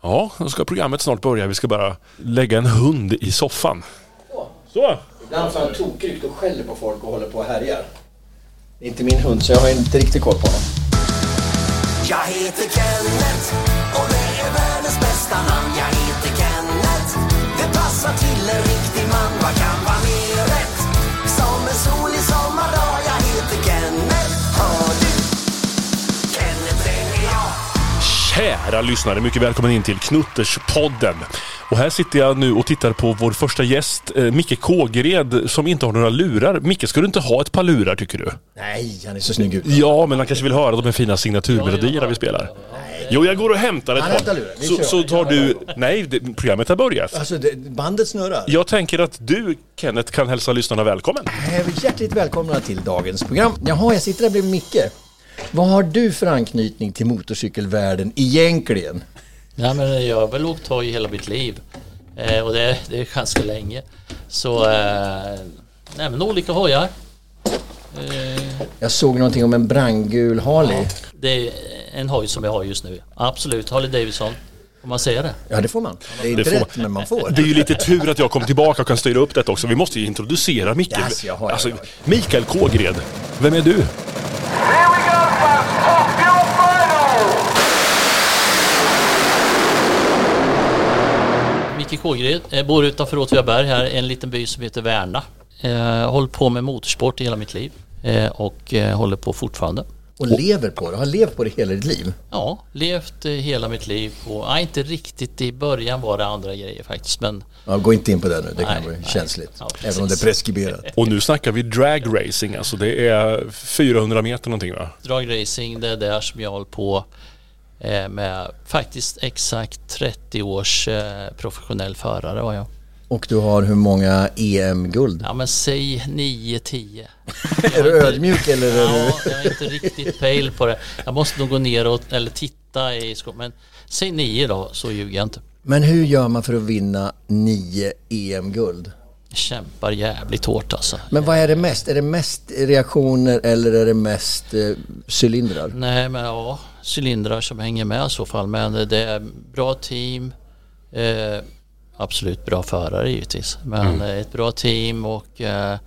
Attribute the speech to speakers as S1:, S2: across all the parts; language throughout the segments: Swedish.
S1: Ja, då ska programmet snart börja. Vi ska bara lägga en hund i soffan. Så!
S2: Ibland så har han tokryckt och skäller på folk och håller på och härjar. Det är inte min hund så jag har inte riktigt koll på honom.
S3: Jag heter Kenneth och det är världens bästa namn Jag heter Kenneth, det passar till en riktig man Vad kan vara mer rätt? Som en solig sommardag Jag heter Kenneth, hör du? Kenneth är jag
S1: Kära lyssnare, mycket välkommen in till Knutterspodden. Och här sitter jag nu och tittar på vår första gäst, eh, Micke Kågered, som inte har några lurar. Micke, ska du inte ha ett par lurar tycker du?
S2: Nej, han är så snygg ut.
S1: Ja, men han kanske vill höra de här fina signaturmelodierna vi spelar. Jo, jag går och hämtar
S2: Han
S1: ett
S2: hämtar
S1: par.
S2: lurar. Vi
S1: Så,
S2: kör.
S1: så tar du... Nej, det, programmet har börjat.
S2: Alltså, det, bandet snurrar.
S1: Jag tänker att du, Kenneth, kan hälsa lyssnarna välkommen.
S2: Eh, Hjärtligt välkomna till dagens program. Jaha, jag sitter där bredvid Micke. Vad har du för anknytning till motorcykelvärlden egentligen?
S4: Nej men jag har väl åkt hoj hela mitt liv. Eh, och det, det är ganska länge. Så, eh, nej men olika hojar. Eh,
S2: Jag såg någonting om en brandgul Harley.
S4: det är en hoj som jag har just nu. Absolut, Harley Davidson. Om man säger det.
S2: Ja, det får man. Det är inte
S1: Det får
S2: rätt,
S1: man.
S2: men man får.
S1: Det är ju lite tur att jag kom tillbaka och kan styra upp detta också. Vi måste ju introducera Micke.
S2: Yes, jag har-
S1: alltså,
S2: jag har-
S1: Mikael Kågred, vem är du?
S5: Here we go, folks. Tokyo Final!
S4: Micke Kågred, eh, bor utanför Åtvidaberg här, en liten by som heter Värna. Eh, hållit på med motorsport i hela mitt liv. Eh, och eh, håller på fortfarande.
S2: Och lever på det. Har levt på det hela ditt liv.
S4: Ja, levt eh, hela mitt liv på, nej inte riktigt i början var det andra grejer faktiskt men
S2: Ja, gå inte in på det nu. Det kan
S4: Nej,
S2: bli
S4: nej.
S2: känsligt.
S4: Ja, precis.
S2: även om det är preskriberat.
S1: Och nu snackar vi drag racing, alltså det är 400 meter någonting va?
S4: dragracing, det är där som jag håller på eh, med faktiskt exakt 30 års eh, professionell förare var jag.
S2: Och du har hur många E EM-guld?
S4: Ja men säg 9-10.
S2: Är du ödmjuk eller är du...
S4: Ja, jag är inte riktigt pejl på det. Jag måste nog gå ner och eller titta i skåpet. Men säg 9 då, så ljuger jag inte.
S2: Men hur gör man för att vinna nio EM-guld?
S4: Jag kämpar jävligt hårt alltså.
S2: Men vad är det mest? Är det mest reaktioner eller är det mest eh, cylindrar?
S4: Nej men ja, cylindrar som hänger med i så fall. Men det är bra team, eh, absolut bra förare givetvis. Men eh, ett bra team och eh,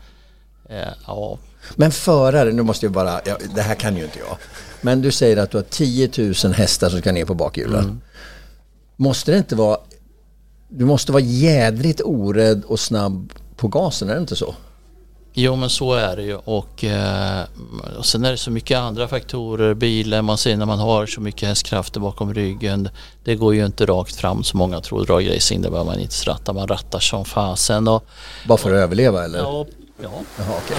S4: eh, ja,
S2: Men förare, nu måste jag bara, ja, det här kan ju inte jag. Men du säger att du har 10 000 hästar som ska ner på bakhjulen. Måste det inte vara, du måste vara jädrigt orädd och snabb på gasen, är det inte så?
S4: Jo men så är det ju och, eh, och sen är det så mycket andra faktorer. Bilen, man ser när man har så mycket hästkrafter bakom ryggen. Det går ju inte rakt fram som många tror. Dragracing, det behöver man inte ratta. Man rattar som fasen. Och,
S2: Bara för att överleva eller?
S4: ja, ja.
S2: Jaha, okej.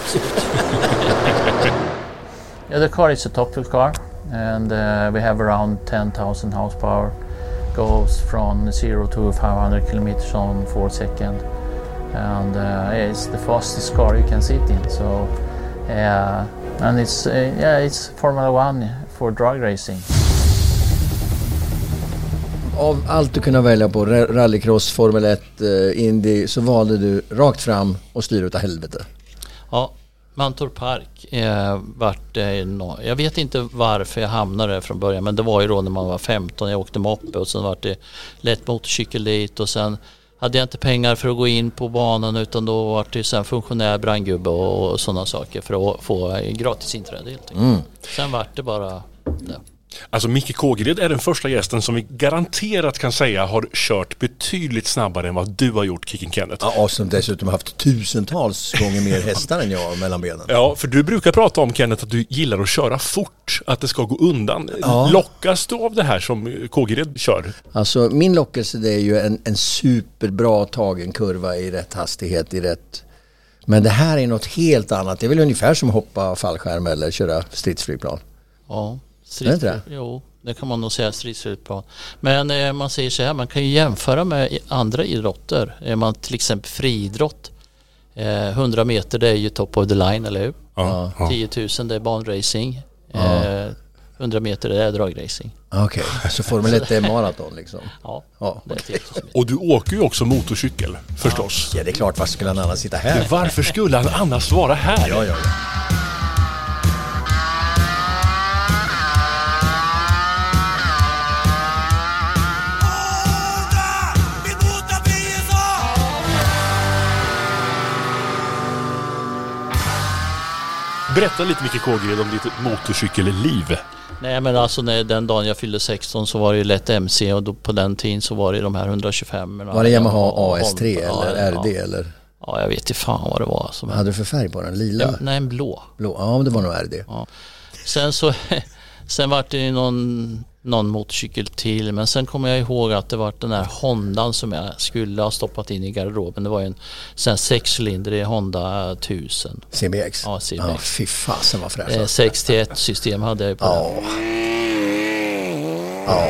S6: Yeah, the car is a top fuel car, and uh, we have around 10,000 horsepower. Goes from zero to 500 kilometers on four second, and uh, yeah, it's the fastest car you can sit in. So, uh, and it's uh, yeah, it's Formula One for drag racing.
S2: Av allt du kunde välja på, ra- rallycross, Formel 1, eh, Indy, så valde du rakt fram och styr utav helvete.
S4: Ja, Mantorp Park eh, vart eh, nå- Jag vet inte varför jag hamnade där från början men det var ju då när man var 15. Jag åkte moppe och sen vart det lätt motorcykel dit och sen hade jag inte pengar för att gå in på banan utan då vart det sen funktionär, brandgubbe och, och sådana saker för att få eh, gratis inträde helt enkelt. Sen vart det bara det.
S1: Alltså Micke Kågered är den första gästen som vi garanterat kan säga har kört betydligt snabbare än vad du har gjort Kicken Kenneth.
S2: Ja, och som dessutom haft tusentals gånger mer hästar än jag mellan benen.
S1: Ja, för du brukar prata om Kenneth att du gillar att köra fort, att det ska gå undan. Lockas du av det här som Kågered kör?
S2: Alltså min lockelse det är ju en, en superbra tagen kurva i rätt hastighet, i rätt... Men det här är något helt annat. Det är väl ungefär som att hoppa fallskärm eller köra stridsflygplan.
S4: Ja,
S2: det inte
S4: stridsflygplan. Jo, det kan man nog säga stridsflygplan. Men eh, man säger så här, man kan ju jämföra med i- andra idrotter. Är man till exempel friidrott, eh, 100 meter det är ju top of the line, eller hur?
S1: Ja.
S4: 10 000 det är banracing, eh, 100 meter det är dragracing.
S2: Okej, så Formel 1 är maraton liksom?
S4: Ja,
S2: Ja,
S4: det är 10 000 meter.
S1: Och du åker ju också motorcykel, förstås.
S2: Ja, det är klart. Varför skulle han annars sitta här?
S1: Varför skulle han annars vara här?
S2: Ja, ja, ja.
S3: Åh,
S1: Berätta lite Micke Kågred om ditt motorcykelliv.
S4: Nej men alltså när, den dagen jag fyllde 16 så var det ju lätt MC och då, på den tiden så var det de här 125
S2: Var det Yamaha AS3
S4: ja,
S2: eller
S4: ja.
S2: RD eller?
S4: Ja jag vet inte fan vad det var. Som,
S2: Vad hade du för färg på den? Lila?
S4: ja, nej en blå.
S2: Blå? Ja, men det var nog RD.
S4: Sen så, sen vart det ju någon, någon motorcykel till men sen kommer jag ihåg att det var den här Hondan som jag skulle ha stoppat in i garderoben. Det var ju en sån här sexcylindrig Honda 1000.
S2: CBX?
S4: Ja, CBX.
S2: Ja, fy fasen vad fräsch.
S4: Eh,
S2: alltså.
S4: 61 system hade jag ju på den.
S2: Ja. Ja.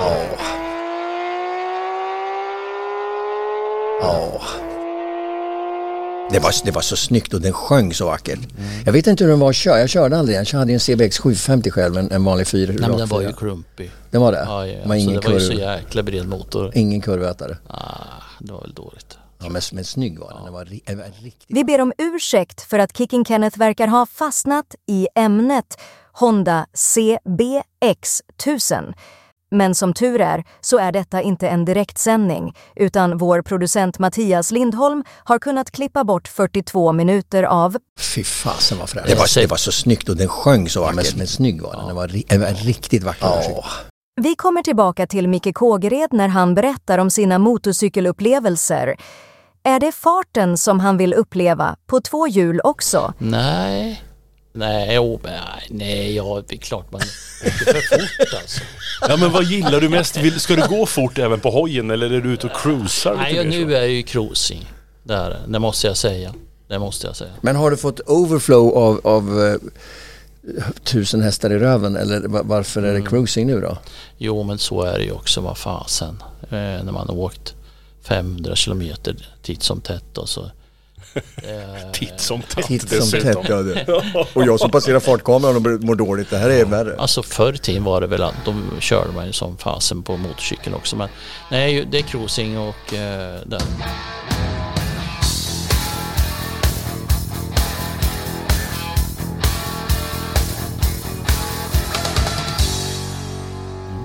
S2: Ja. Ja. Det var, det var så snyggt och den sjöng så vackert.
S4: Mm.
S2: Jag vet inte hur den var att köra. Jag körde aldrig den. Jag hade ju en CBX 750 själv, en, en vanlig 4.
S4: Nej men den var ju klumpig.
S2: Den var det?
S4: Ja, ja,
S2: Den var
S4: alltså,
S2: ingen
S4: det var ju så
S2: kurv,
S4: jäkla bred motor.
S2: ingen kurvätare.
S4: Ah, det var väl dåligt.
S2: Ja, men, men snygg var den. Den var, ri- den var riktigt...
S7: Vi ber om ursäkt för att Kicking Kenneth verkar ha fastnat i ämnet Honda CBX 1000. Men som tur är så är detta inte en direktsändning utan vår producent Mattias Lindholm har kunnat klippa bort 42 minuter av
S2: Fy fasen vad fräsch.
S4: Det var- det var
S2: så snyggt och den sjöng så vackert. Men, men snygg var den. Den var, ri- den var riktigt vacker. Ja.
S7: Vi kommer tillbaka till Micke Kågered när han berättar om sina motorcykelupplevelser. Är det farten som han vill uppleva på två hjul också?
S4: Nej. Nej, oh, nej, nej, ja, det är klart man åker för fort alltså.
S1: Ja men vad gillar du mest? Vill, ska du gå fort även på hojen eller är du ute och cruisar?
S4: Nej,
S1: lite
S4: ja,
S1: mer så?
S4: nu är jag ju cruising. Det, här, det måste jag säga. Det måste jag säga.
S2: Men har du fått overflow av, av eh, tusen hästar i röven eller va- varför är det cruising nu då?
S4: Jo, men så är det ju också, vad fasen. Eh, när man har åkt 500 kilometer titt som tätt och så.
S1: Titt som tätt
S2: Titt som
S1: dessutom.
S2: tätt. ja, det. Och jag som passerar fartkameran och mår dåligt. Det här är värre.
S4: Alltså förr i tiden var det väl att de körde man ju som fasen på motorcykeln också. Men nej, ju- det är cruising och eh, den.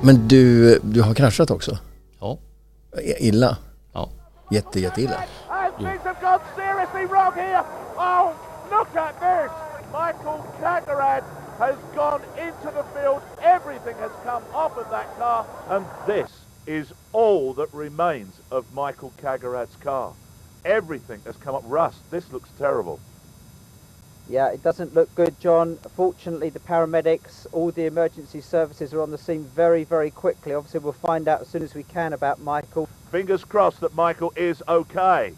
S2: Men du, du har kraschat också?
S4: Ja,
S2: I- Illa?
S4: ja.
S2: Jätte, jätteilla?
S5: And things have gone seriously wrong here. Oh, look at this. Michael Caterad has gone into the field. Everything has come off of that car. And this is all that remains of Michael Kagarad's car. Everything has come up. Rust, this looks terrible.
S8: Yeah, it doesn't look good, John. Fortunately, the paramedics, all the emergency services are on the scene very, very quickly. Obviously, we'll find out as soon as we can about Michael.
S5: Fingers crossed that Michael is okay.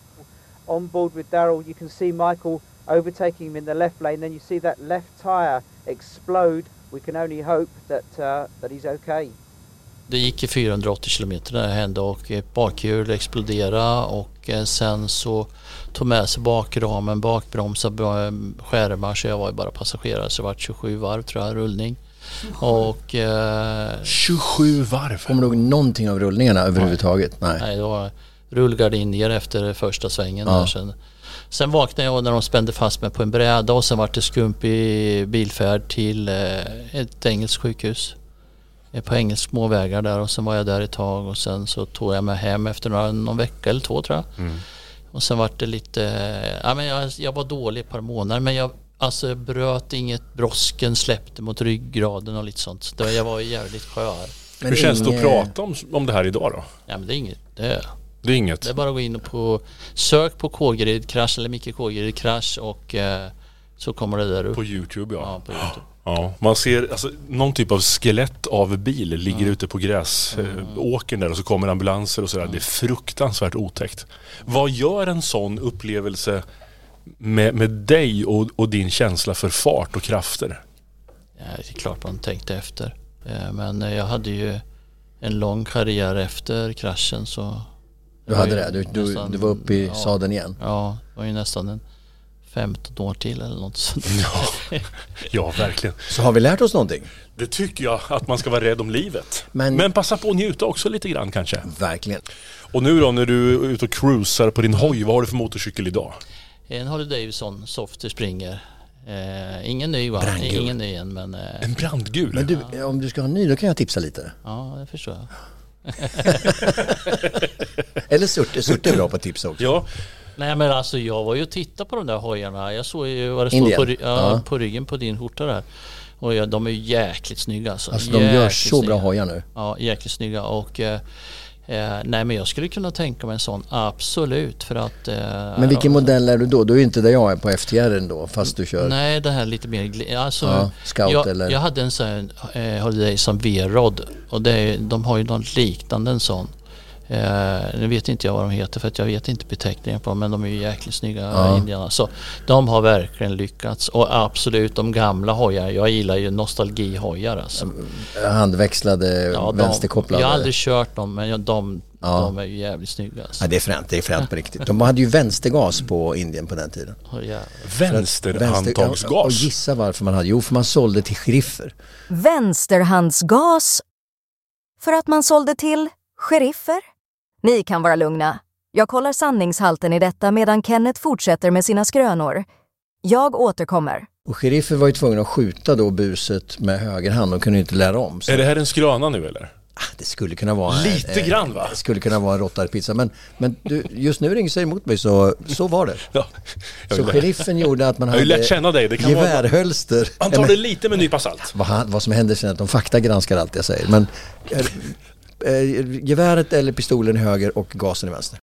S8: On board with Daryl, you can see Michael overtaking him in the left lane. Then you see that left tyre explode. We can only hope that uh, that he's okay.
S4: Det gick i 480 kilometer när det hände och ett bakhjul exploderade och eh, sen så tog med sig bakramen, bakbromsar, bra- skärmar så jag var ju bara passagerare så det var 27 varv tror jag, rullning. Och eh,
S1: 27 varv.
S2: Kommer du ihåg någonting av rullningarna överhuvudtaget? Nej.
S4: nej, det var rullgardiner efter första svängen. Där. Sen, sen vaknade jag när de spände fast mig på en bräda och sen var det skumpig bilfärd till eh, ett engelskt sjukhus. Eh, På engelska småvägar där och sen var jag där ett tag och sen så tog jag mig hem efter några, någon vecka eller två tror jag. Och sen var det lite, eh, ja men jag, jag var dålig ett par månader men jag alltså jag bröt inget, brosken släppte mot ryggraden och lite sånt. Så det- jag var jävligt skör.
S2: Men
S1: Hur känns det att
S2: ingen-
S1: prata om, om det här idag då?
S4: Ja men det är inget, det
S1: Det är inget.
S4: det är bara att gå in och på, sök på Kågered krasch eller Micke Kågered krasch och eh, så kommer det där upp.
S1: På Youtube ja.
S4: Ja, på YouTube.
S1: Ja, man ser alltså, någon typ av skelett av bil ligger ute på gräsåkern
S2: Mm.
S1: där och så kommer ambulanser och sådär. Det är fruktansvärt otäckt. Vad gör en sån upplevelse med, med dig och, och din känsla för fart och krafter?
S4: Ja, det är klart man tänkte efter. Eh, men eh, jag hade ju en lång karriär efter kraschen så
S2: Du hade det? Du, du,
S4: Nästan-
S2: du var uppe i
S4: ja.
S2: sadeln igen?
S4: ja, det var ju nästan en 15 år till eller något sånt.
S1: Ja, verkligen.
S2: Så har vi lärt oss någonting?
S1: Det tycker jag att man ska vara rädd om livet. Men,
S2: Men-
S1: passa på att njuta också lite grann kanske.
S2: Verkligen.
S1: Och nu då när du är ute och cruisar på din hoj, vad har du för motorcykel idag?
S4: En Harley Davidson Softer Springer. Eh, ingen ny va?
S2: Brandgul.
S4: Ingen ny än men eh,
S1: En brandgul?
S2: Men du, om du ska ha en ny, då kan jag tipsa lite.
S4: ja, det förstår jag.
S2: Eller Surte, Surte är bra på att tipsa också.
S1: Ja,
S4: Nej men alltså jag var ju och tittade på de där hojarna. Jag såg ju vad det
S2: Indien.
S4: stod på, ry- ja,
S2: Ja.
S4: på ryggen på din skjorta där. Och ja, de är ju jäkligt snygga alltså.
S2: Alltså de gör
S4: Jäkligt
S2: så bra
S4: snygga.
S2: hojar nu.
S4: Ja, jäkligt snygga och eh, eh, nej men jag skulle kunna tänka mig en sån, absolut för att... Eh,
S2: Men vilken modell är du då? Du är ju inte där jag är på FTR då fast du kör...
S4: Nej, det här lite mer... gl- Alltså,
S2: Ja, scout
S4: jag,
S2: eller-
S4: jag hade en sån här, eh, Holiday som V-Rod och det är, de har ju någon liknande en sån. Eh, nu vet inte jag vad de heter för att jag vet inte beteckningen på dem men de är ju jäkligt snygga indierna. Så de har verkligen lyckats och absolut de gamla hojar. Jag gillar ju nostalgihojar alltså.
S2: Handväxlade,
S4: Ja, de-
S2: Mm, vänsterkopplade.
S4: Jag har aldrig kört dem men jag, de,
S2: Ja.
S4: de är ju jävligt snygga alltså.
S2: Ja, det är fränt, det är fränt på riktigt. De hade ju vänstergas på Indien på den tiden.
S4: Och jävlar.
S1: Vänsterhandtagsgas.
S2: ja, Och gissa varför man hade. Jo, för man sålde till sheriffer.
S7: Vänsterhandsgas? För att man sålde till sheriffer? Ni kan vara lugna. Jag kollar sanningshalten i detta medan Kenneth fortsätter med sina skrönor. Jag återkommer.
S2: Och sheriffer var ju tvungna att skjuta då buset med höger hand. De kunde ju inte lära om. Så ah,
S1: Är det här en skröna nu eller?
S2: det skulle kunna vara...
S1: Eh,
S2: eh,
S1: Lite grann, va?
S2: Det skulle kunna vara en råttarpizza. Men, men du, just nu ringer sig emot mig så, så var det.
S1: Ja. Jag
S2: Så
S1: vill lä-
S2: sheriffen gjorde att man
S1: har ju
S2: hade
S1: lärt känna dig, det kan vara-
S2: gevärhölster.
S1: Han tar det lite med en nypa salt.
S2: vad, han, vad som händer sen är att de faktagranskar allt jag säger. Men eh, eh, geväret eller pistolen i höger och gasen i vänster.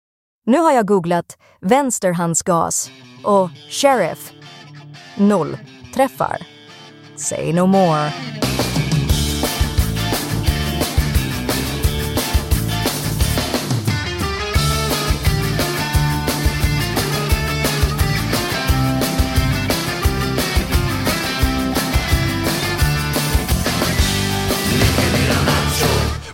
S7: Nu har jag googlat vänsterhandsgas och sheriff. Noll träffar. Say no more.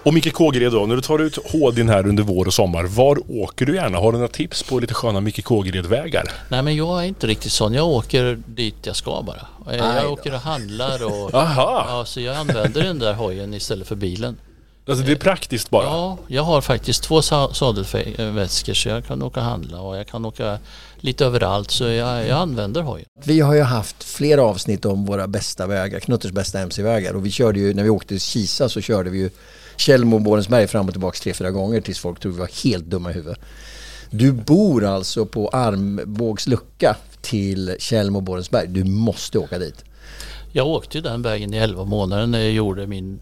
S1: Och Micke Kågered då, när du tar ut HD här under vår och sommar, var åker du gärna? Har du några tips på lite sköna Micke Kågered-vägar?
S4: Nej men jag är inte riktigt sån. Jag åker dit jag ska bara. Eh,
S2: Aj
S4: Jag
S2: då.
S4: åker och handlar och...
S1: Aha!
S4: Ja, så jag använder den där hojen istället för bilen.
S1: Alltså det är praktiskt bara.
S4: Ja, jag har faktiskt två sa- sadelväskor så jag kan åka och handla och jag kan åka lite överallt så jag, jag använder hojen.
S2: Vi har ju haft flera avsnitt om våra bästa vägar, Knutters bästa MC-vägar och vi körde ju, när vi åkte till Kisa så körde vi ju Tjällmo och Borensberg fram och tillbaka tre, fyra gånger tills folk trodde vi var helt dumma i huvudet. Du bor alltså på armbågslucka till Tjällmo och Borensberg. Du måste åka dit.
S4: Jag åkte ju den vägen i 11 månader när jag gjorde min,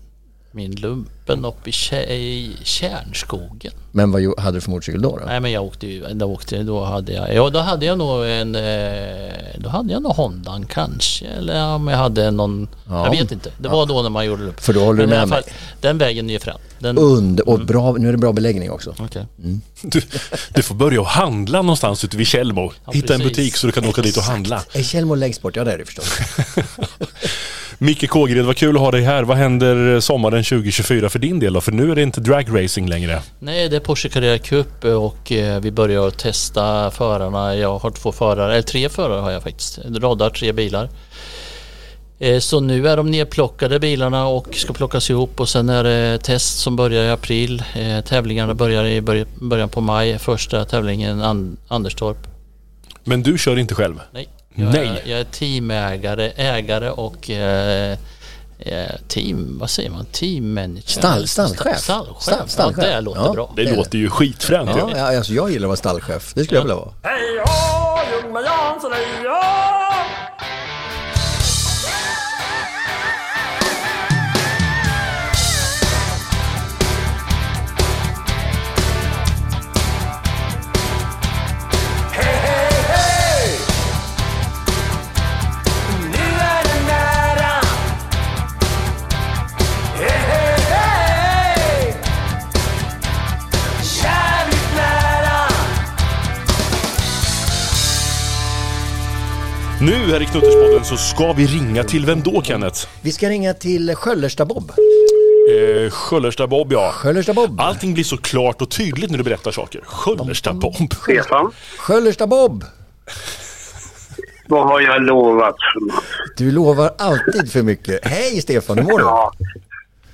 S4: min lumpen uppe i, Tjä- i Kärnskogen.
S2: Men vad ju- hade du för motorcykel då? då?
S4: Nej men jag åkte ju, då, åkte, då hade jag, ja då hade jag nog en, eh, då hade jag nog Hondan kanske eller om jag hade någon,
S2: Ja.
S4: jag vet inte. Det var då när man gjorde lumpen.
S2: För då håller du
S4: Men i
S2: med
S4: alla
S2: mig.
S4: fall, Den vägen är ju fram. Den,
S2: Und och bra, nu är det bra beläggning också.
S4: Okej.
S1: Du, du får börja och handla någonstans ute vid Tjällmo.
S4: Ja,
S1: Hitta en
S4: precis.
S1: butik så du kan åka dit och handla.
S2: Är Tjällmo längst bort? Ja det är det förstås.
S1: Micke Kågered, vad kul att ha dig här. Vad händer sommaren 2024 för din del då? För nu är det inte dragracing längre.
S4: Nej, det är Porsche Carrera Cup och eh, vi börjar att testa förarna. Jag har två förare, eller tre förare har jag faktiskt. Radar tre bilar. Eh, Så nu är de nedplockade bilarna och ska plockas ihop och sen är det test som börjar i april. Eh, Tävlingarna börjar i börj- början på maj. Första tävlingen An- Anderstorp.
S1: Men du kör inte själv?
S4: Nej, jag,
S1: Nej.
S4: Är, jag är teamägare, ägare och eh, eh, team, vad säger man, team manager?
S2: Stall- stallchef.
S4: Stallchef,
S2: Stall- stallchef.
S4: Ja, det låter
S2: Ja.
S4: bra.
S1: Det,
S2: Det är
S1: låter ju skitfränt ju.
S2: Ja, ja, alltså jag gillar att vara stallchef, det skulle jag vilja vara.
S9: Hej hå, Ljungberg Jansson, hej hå!
S3: Hej, hej, hej! Nu är det nära Hej, hej, hej! Jävligt nära
S1: Nu här i Knutterspodden så ska vi ringa till vem då Kenneth?
S2: Vi ska ringa till Sköllersta-Bob.
S1: Eh, Sköllersta-Bob ja.
S2: Sköllersta-Bob.
S1: Allting blir så klart och tydligt när du berättar saker. Sköllersta-Bob.
S10: Stefan,
S2: Sköllersta-Bob!
S10: vad har jag lovat?
S2: Du lovar alltid för mycket. Hej Stefan, hur mår du?
S8: Oh,
S10: Ja.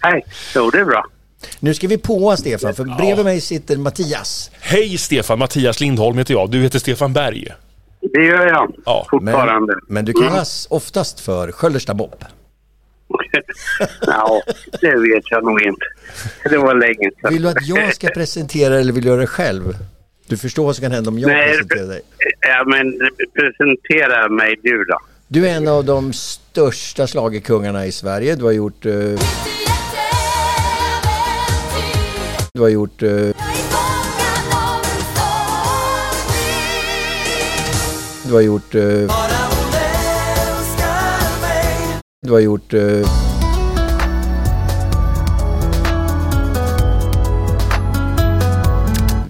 S10: Hej, jo det är bra.
S2: Nu ska vi påa Stefan, för bredvid mig sitter Mattias.
S1: Hej Stefan, Mattias Lindholm heter jag. Du heter Stefan Berg.
S10: Det gör jag
S1: Ja,
S10: fortfarande.
S2: men du
S10: Mm.
S2: kallas oftast för Sköllersta-Bob.
S10: Ja, det vet jag nog inte. Det var länge sedan.
S2: Vill du att jag ska presentera eller vill du göra det själv? Du förstår vad som kan hända om jag
S10: Nej,
S2: presenterar dig.
S10: Ja, men presentera mig du då.
S2: Du är en av de största schlagerkungarna i Sverige. Du har gjort... eh, Du har gjort... eh, Du har gjort... eh, Du har gjort... eh,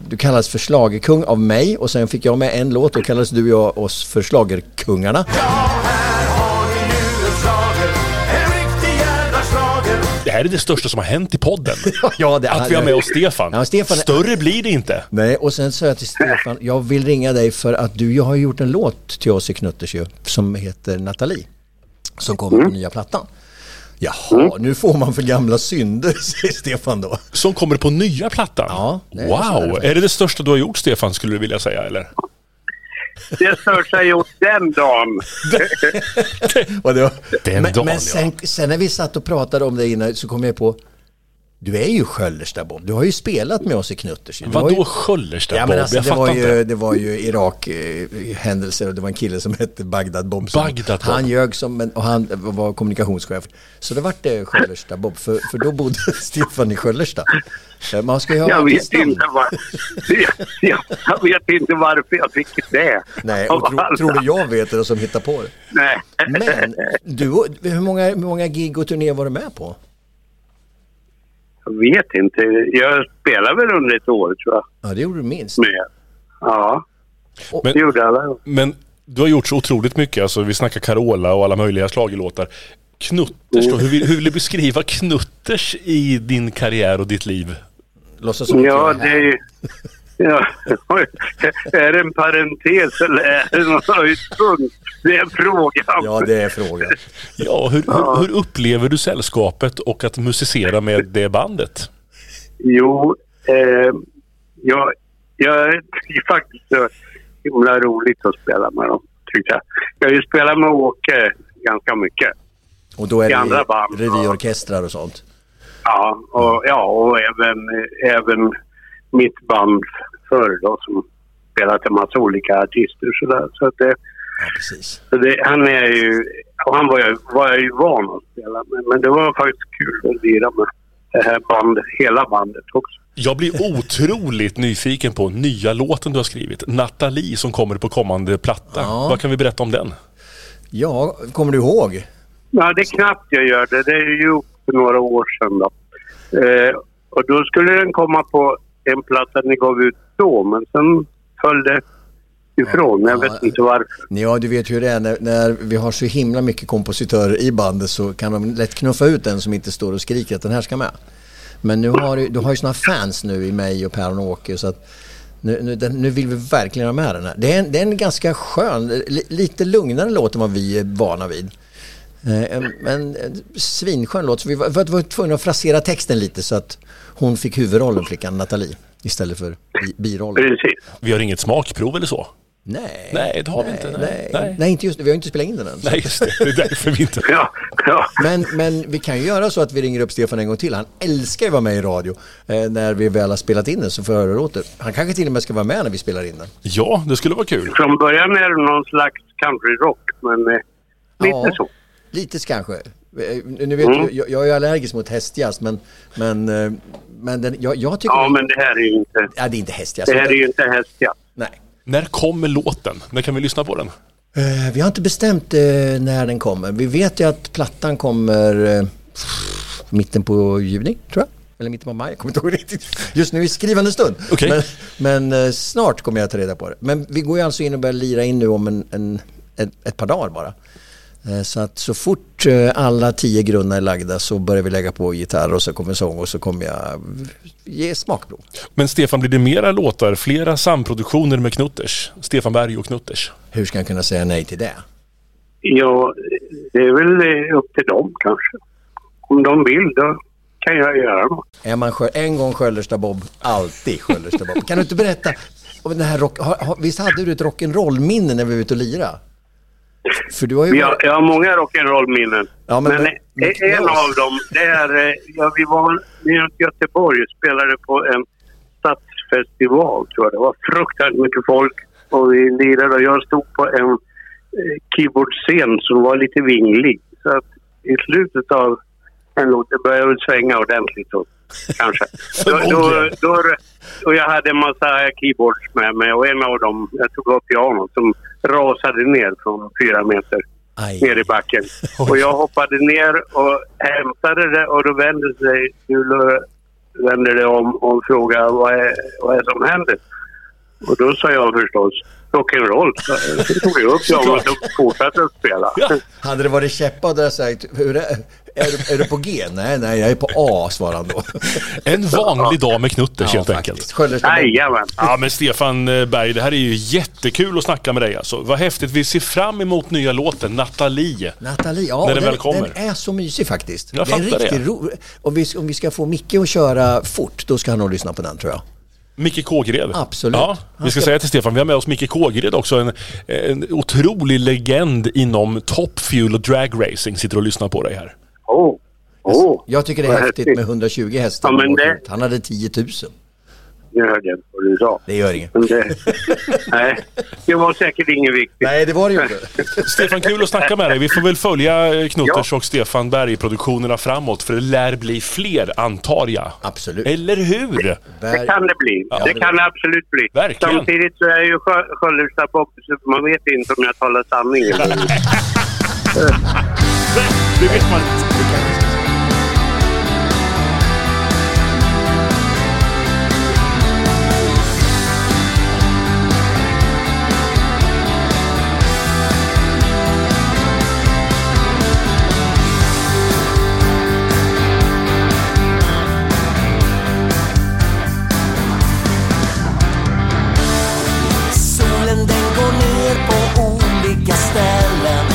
S2: Du kallas för schlagerkung av mig och sen fick jag med en låt och kallades du och jag oss för schlagerkungarna.
S1: Det här är det största som har hänt i podden.
S2: Ja, det-
S1: Att vi har med oss Stefan.
S2: Ja, Stefan-
S1: Större blir det inte.
S2: Nej, och sen sa jag till Stefan, jag vill ringa dig för att du, jag har ju gjort en låt till oss i Knutters ju, som heter Nathalie. Som kommer på nya plattan. Jaha, nu får man för gamla synder, säger Stefan då.
S1: Som kommer på nya plattan.
S2: Ja, det är så är det
S1: wow!
S2: faktiskt.
S1: Är det det största du har gjort Stefan, skulle du vilja säga eller?
S10: Det största jag gjort den dagen.
S2: Och det var,
S1: Den
S2: men
S1: dagen,
S2: men
S1: ja.
S2: sen, sen när vi satt och pratade om det innan så kom jag på, du är ju Sköllersta Bob, du har ju spelat med oss i Knutters ju. Du har ju-
S1: Vadå Sköllersta
S2: Ja,
S1: Bob?
S2: men alltså,
S1: jag
S2: det, var
S1: fattar
S2: ju,
S1: inte.
S2: det var ju Irak-händelser och det var en kille som hette Bagdad Bob. som-
S1: Bagdad Bob.
S2: Han ljög som en, och han var kommunikationschef. Så det vart det Sköllersta Bob, för, för då bodde Stefan i Sköllersta. Eh, Man ska ju ha
S10: Jag vet,
S2: artistnamn.
S10: inte var, jag, jag, jag vet inte varför jag fick det.
S2: Nej, och tro, tror du jag vet det som hittar på det?
S10: Nej.
S2: Men du, hur, många, hur många gig och turnéer var du med på?
S10: Jag vet inte. Jag spelade väl under ett år tror jag.
S2: Ja, det gjorde du minst.
S10: Med. Ja,
S1: Men,
S10: det gjorde jag väl.
S1: men du har gjort så otroligt mycket. Alltså, vi snackar Carola och alla möjliga schlagerlåtar. Knutters då? Hur vill, hur vill du beskriva Knutters i din karriär och ditt liv?
S2: Låtsas som att jag
S10: Ja,
S2: är
S10: det
S2: här.
S10: är ju... Ja. Är det en parentes eller är det någon höjdpunkt? Det är frågan.
S2: Ja, det är frågan.
S1: Ja, hur, hur, hur upplever du sällskapet och att musicera med det bandet?
S10: Jo, eh, jag, jag tycker faktiskt det var himla roligt att spela med dem. Tyckte jag. jag har ju spelat med Åke ganska mycket.
S2: Och då är
S10: I andra
S2: det
S10: band.
S2: revyorkestrar och sånt.
S10: Ja, och, ja, och även, även mitt band förr då som spelat en massa olika artister. Så, där. så, att det,
S2: Ja, precis.
S10: så det, han är ju... Och han var jag, var jag ju van att spela med. Men det var faktiskt kul att lira med det här bandet, hela bandet också.
S1: Jag blir otroligt nyfiken på nya låten du har skrivit. Nathalie som kommer på kommande platta.
S2: Ja.
S1: Vad kan vi berätta om den?
S2: Ja, kommer du ihåg?
S10: Ja, det är knappt jag gör det. Det är ju gjort för några år sedan. Då. Eh, och då skulle den komma på en platta ni gav ut då, men sen föll det ifrån. Jag
S2: Ja,
S10: vet
S2: ja.
S10: inte varför.
S2: Ja, du vet hur det är när, när vi har så himla mycket kompositörer i bandet så kan de lätt knuffa ut den som inte står och skriker att den här ska med. Men nu har du, du har ju såna fans nu i mig och Per och Åke så att nu, nu, den, nu vill vi verkligen ha med den här. Det är en, det är en ganska skön, li, lite lugnare låt än vad vi är vana vid. Eh, en- Men en svinskön låt. Så vi var, vi var tvungna att frasera texten lite så att hon fick huvudrollen, flickan Nathalie, istället för bi- birollen.
S10: Precis.
S1: Vi har inget smakprov eller så?
S2: Nej.
S1: Nej, det har vi inte.
S2: Nej,
S1: Nej,
S2: nej.
S1: nej.
S2: inte just det. Vi har ju inte spelat in den än. så.
S1: Nej, just det. Det är därför vi inte...
S10: Ja, ja.
S2: Men, men vi kan ju göra så att vi ringer upp Stefan en gång till. Han älskar ju att vara med i radio. Eh, när vi väl har spelat in den så får jag höra hur det låter. Han kanske till och med ska vara med när vi spelar in den.
S1: Ja, det skulle vara kul.
S10: Från början är det någon slags countryrock, men eh, lite
S2: Ja,
S10: så. Mm.
S2: Lite kanske. Eh, Nu vet du, jag, jag är ju allergisk mot hästjazz men, men, eh, men den, jag, jag tycker...
S10: Ja, men det här är ju inte,
S2: Ja, det är inte hästjazz.
S10: det här är ju inte hästjakt.
S2: Nej.
S1: När kommer låten? När kan vi lyssna på den?
S2: Eh, Vi har inte bestämt eh, när den kommer. Vi vet ju att plattan kommer eh, mitten på juni, tror jag. Eller mitten på maj, jag kommer inte ihåg riktigt. Just nu i skrivande stund.
S1: Okej.
S2: Men, men eh, snart kommer jag ta reda på det. Men vi går ju alltså in och börjar lira in nu om en, en, ett, ett par dagar bara. Eh, Så att så fort eh, alla tio grunnar är lagda så börjar vi lägga på gitarr och så kommer sång och så kommer jag ge smakprov.
S1: Men Stefan, blir det mera låtar, flera samproduktioner med Knutters? Stefan Berg och Knutters?
S2: Hur ska jag kunna säga nej till det?
S10: Ja, det är väl eh, upp till dem kanske. Om de vill, då kan jag göra något.
S2: Är man skö- en gång Sköllersta Bob, alltid Sköllersta Bob. Kan du inte berätta om den här rock... Har, har, visst hade du ett rock'n'roll-minne när vi var ute och lira? För du har ju...
S10: Jag, jag har många rock'n'roll-minnen.
S2: Ja, men-
S10: men
S2: men-
S10: eh, en av dem, det är... eh, Ja, vi var i Göteborg och spelade på en
S8: stadsfestival tror jag. Det var fruktansvärt mycket folk och vi lirade och jag stod på en eh, keyboardscen som var lite vinglig. Så att i slutet av en låt, det började väl svänga ordentligt då, kanske. då, då, då, och jag hade en massa keyboards med mig och en av dem, jag tog upp pianot som rasade ner från fyra meter
S2: Aj.
S8: ner i backen. Och jag hoppade ner och hämtade det och då vände sig Julo vände det om och frågade vad är, vad är som händer. Och då sa jag förstås rock'n'roll. Så tog jag upp pianot och fortsatte att spela.
S2: Hade det varit käppa hade jag sagt, hur är, är, du, är du på G? Nej, nej, jag är på A, svarade han då.
S1: En vanlig dag med Knutters helt
S2: faktiskt.
S1: enkelt.
S2: Sköllersta-
S8: Jajamän.
S1: Ja men Stefan eh, Berg, det här är ju jättekul att snacka med dig alltså. Vad häftigt, vi ser fram emot nya låten Nathalie.
S2: Nathalie, ja,
S1: När den
S2: den,
S1: väl kommer.
S2: den är så mysig faktiskt.
S1: Jag
S2: det är en
S1: fattar det.
S2: riktig ro... om, vi, om vi ska få Micke att köra fort, då ska han nog lyssna på den tror jag.
S1: Micke Kågered.
S2: Absolut.
S1: Ja, vi
S2: Han
S1: ska
S2: ska-
S1: säga till Stefan, vi har med oss Micke Kågered också. En, en otrolig legend inom Top Fuel och Drag Racing. Sitter och lyssnar på dig här.
S8: Oh. Oh.
S2: Jag tycker det är
S8: Vad
S2: häftigt med 120 hästar.
S8: Ja, men
S2: på
S8: det-
S2: året. Han hade 10 000.
S8: Nu hörde jag inte vad du sa.
S2: Det gör inget.
S8: Men det, nej, det var säkert inget viktigt.
S2: Nej, det var det ju inte.
S1: Stefan, kul att snacka med dig. Vi får väl följa eh, Knutters
S8: Ja.
S1: och Stefan Berg-produktionerna framåt, för det lär bli fler, antar jag.
S2: Absolut.
S1: Eller hur?
S8: Det kan det bli. det kan det absolut bli.
S1: Verkligen.
S8: Samtidigt så är ju Skö- Sköllersta poppis, så man vet inte om jag talar sanning. eller inte.
S1: Det vet man inte.
S10: Solen den går ner på olika ställen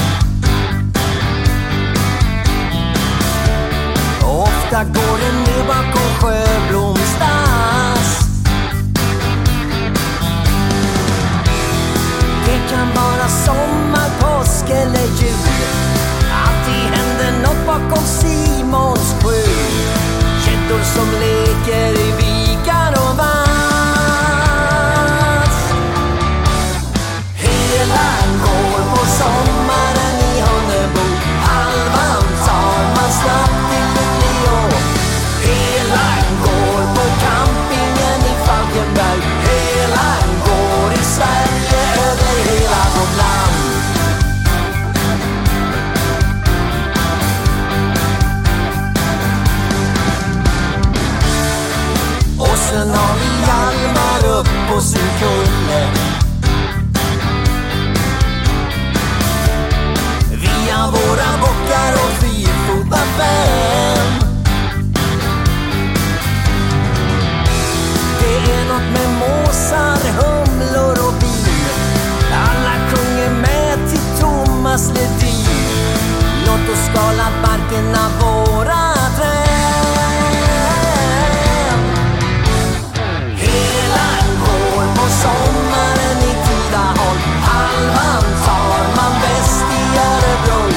S10: Ofta går den ner bakom Sjöblomsdass Det kan vara sommar, påsk eller jul Alltid händer något bakom Simons skjul Gäddor som leker i vikar och vass Hela går på sommaren i Hunnebo Halvan tar man snabbt till Luleå Hela går på campingen i Falkenberg Hela går i Sverige över hela vårt land Och sen har vi Hjalmar upp på sin kulle Via våra bockar och fyrfota fem Det är något med måsar, humlor och bin Alla sjunger med till Thomas Ledin Låt oss skala barken av våra träd Hela går på sommaren i Tidaholm Halvan tar man bäst i Örebro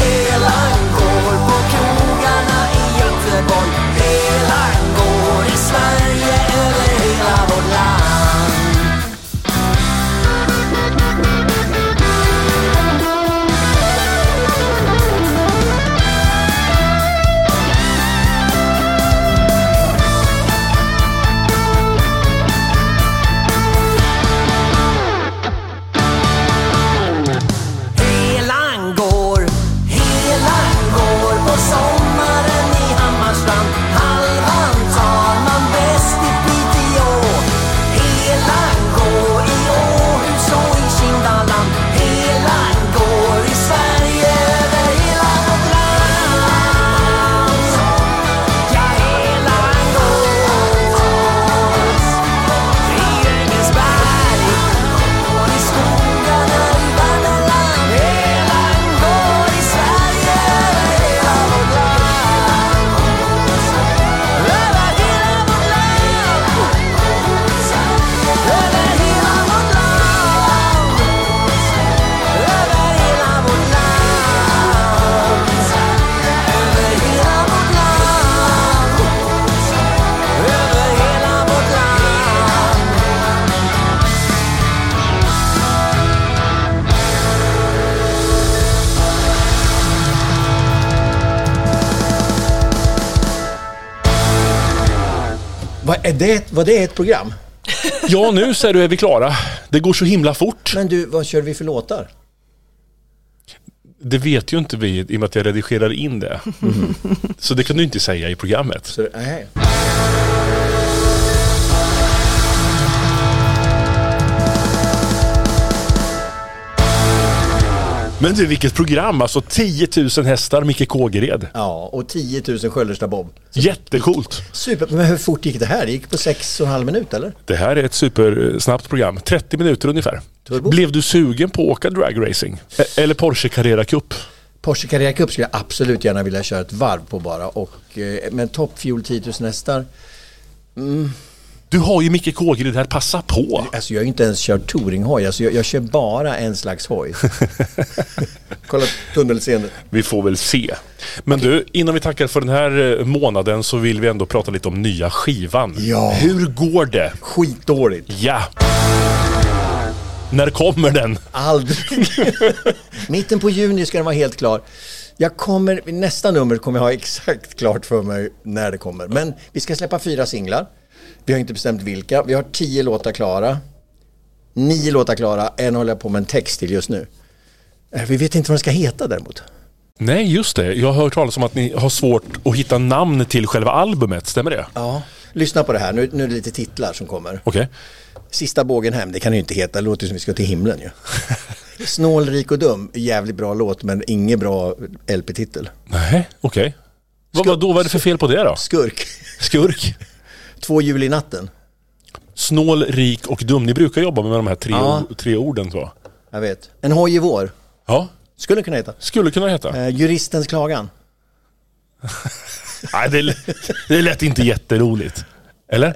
S10: Hela går på krogarna i Göteborg Hela går i Sverige över hela vårt land
S2: Vad är det, var det ett program?
S1: Ja, nu säger du är vi klara. Det går så himla fort.
S2: Men du, vad körde vi för låtar?
S1: Det vet ju inte vi i och med att jag redigerar in det. Mm. Så det kan du inte säga i programmet.
S2: Så, nej.
S1: Men du, vilket program! Alltså 10 000 hästar, Micke Kågered.
S2: Ja, och 10 000 Sköllersta Bob.
S1: Jättecoolt!
S2: Super. Men hur fort gick det här? Det gick på sex och en halv minut eller?
S1: Det här är ett supersnabbt program. 30 minuter ungefär.
S2: Turbo.
S1: Blev du sugen på att åka dragracing? E- Eller Porsche Carrera Cup?
S2: Porsche Carrera Cup skulle jag absolut gärna vilja köra ett varv på bara. Och, eh, men Top Fuel 10 000 hästar.
S1: Du har ju Micke Kågered här, passa på!
S2: Alltså jag har ju inte ens kört touringhoj. Alltså jag, jag kör bara en slags hoj. Kolla tunnelseendet.
S1: Vi får väl se. Men du, innan vi tackar för den här eh, månaden så vill vi ändå prata lite om nya skivan.
S2: Ja.
S1: Hur går det?
S2: Skitdåligt.
S1: Ja! När kommer den?
S2: Aldrig. Mitten på juni ska den vara helt klar. Jag kommer, nästa nummer kommer jag ha exakt klart för mig när det kommer. Men vi ska släppa fyra singlar. Vi har inte bestämt vilka. Vi har tio låtar klara. Nio låtar klara. En håller jag på med en text till just nu. Eh, Vi vet inte vad den ska heta däremot.
S1: Nej, just det. Jag har hört talas om att ni har svårt att hitta namn till själva albumet, stämmer det?
S2: Ja. Lyssna på det här. Nu, nu är det lite titlar som kommer.
S1: Okej.
S2: Sista bågen hem, det kan det ju inte heta. Det låter ju som vi ska till himlen ju. Snål, rik och dum. Jävligt bra låt men ingen bra LP-titel.
S1: Nej, okej. Vad, vad, då, vad är det för fel på det då?
S2: Skurk.
S1: Skurk?
S2: Två jul i natten.
S1: Snål, rik och dum. Ni brukar jobba med de här tre,
S2: Ja.
S1: o- tre orden så.
S2: Jag vet. En hoj i vår.
S1: Ja,
S2: Skulle kunna heta.
S1: skulle kunna heta.
S2: Eh, juristens klagan.
S1: Nej, det, l- det lät inte jätteroligt. Eller?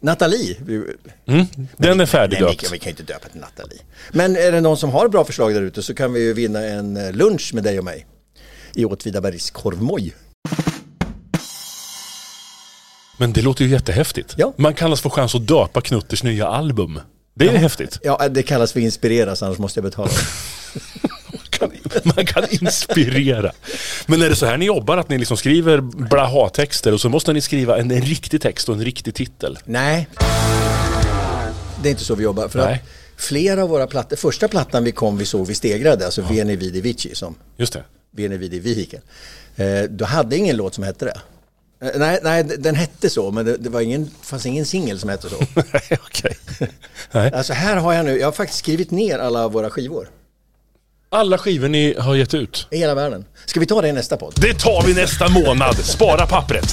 S2: Nathalie. Vi,
S1: Den är
S2: nej, vi, kan-
S1: färdigdöpt.
S2: vi kan ju inte döpa till Nathalie. Men är det någon som har bra förslag där ute så kan vi ju vinna en eh, lunch med dig och mig. I Åtvidabergs korvmoj.
S1: Men det låter ju jättehäftigt.
S2: Ja.
S1: Man kan alltså få chans att döpa Knutters nya album. Det är häftigt.
S2: Ja, eh, det kallas för inspireras annars måste jag betala.
S1: Kan- Man kan inspirera. Men är det så här ni jobbar, att ni liksom skriver blaha-texter och så måste ni skriva en, en riktig text och en riktig titel?
S2: Nej. Det är inte så vi jobbar. För
S1: Nej.
S2: att flera av våra plattor, första plattan vi kom vi såg vi stegrade, alltså ja. Veni Vidi Vici som
S1: Just det.
S2: Veni Vidi Vihiken. Eh, du hade ingen låt som hette det. Eh, nej, nej, d- den hette så, men det, det var ingen, fanns ingen singel som hette så.
S1: Nej, okej. Nej.
S2: alltså här har jag nu, jag har faktiskt skrivit ner alla våra skivor.
S1: Alla skivor ni har gett ut.
S2: I hela världen. Ska vi ta det i nästa podd?
S1: Det tar vi nästa månad. Spara pappret.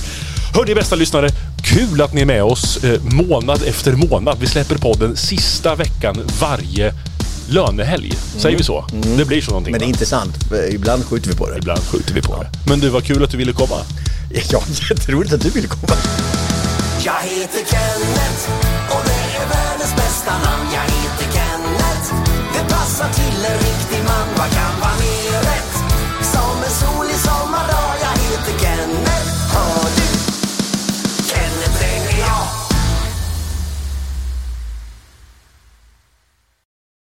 S1: Hör det bästa lyssnare. Kul att ni är med oss eh, månad efter månad. Vi släpper podden sista veckan varje lönehelg. Säger vi så? Det blir så någonting.
S2: Men det är
S1: va?
S2: inte sant, för ibland skjuter vi på det.
S1: Ibland skjuter vi på det. Men du, vad kul att du ville komma.
S2: Ja, jätteroligt att du ville komma.
S3: Jag heter Kenneth och det är världens bästa namn Jag heter Kenneth, det passar till en riktig man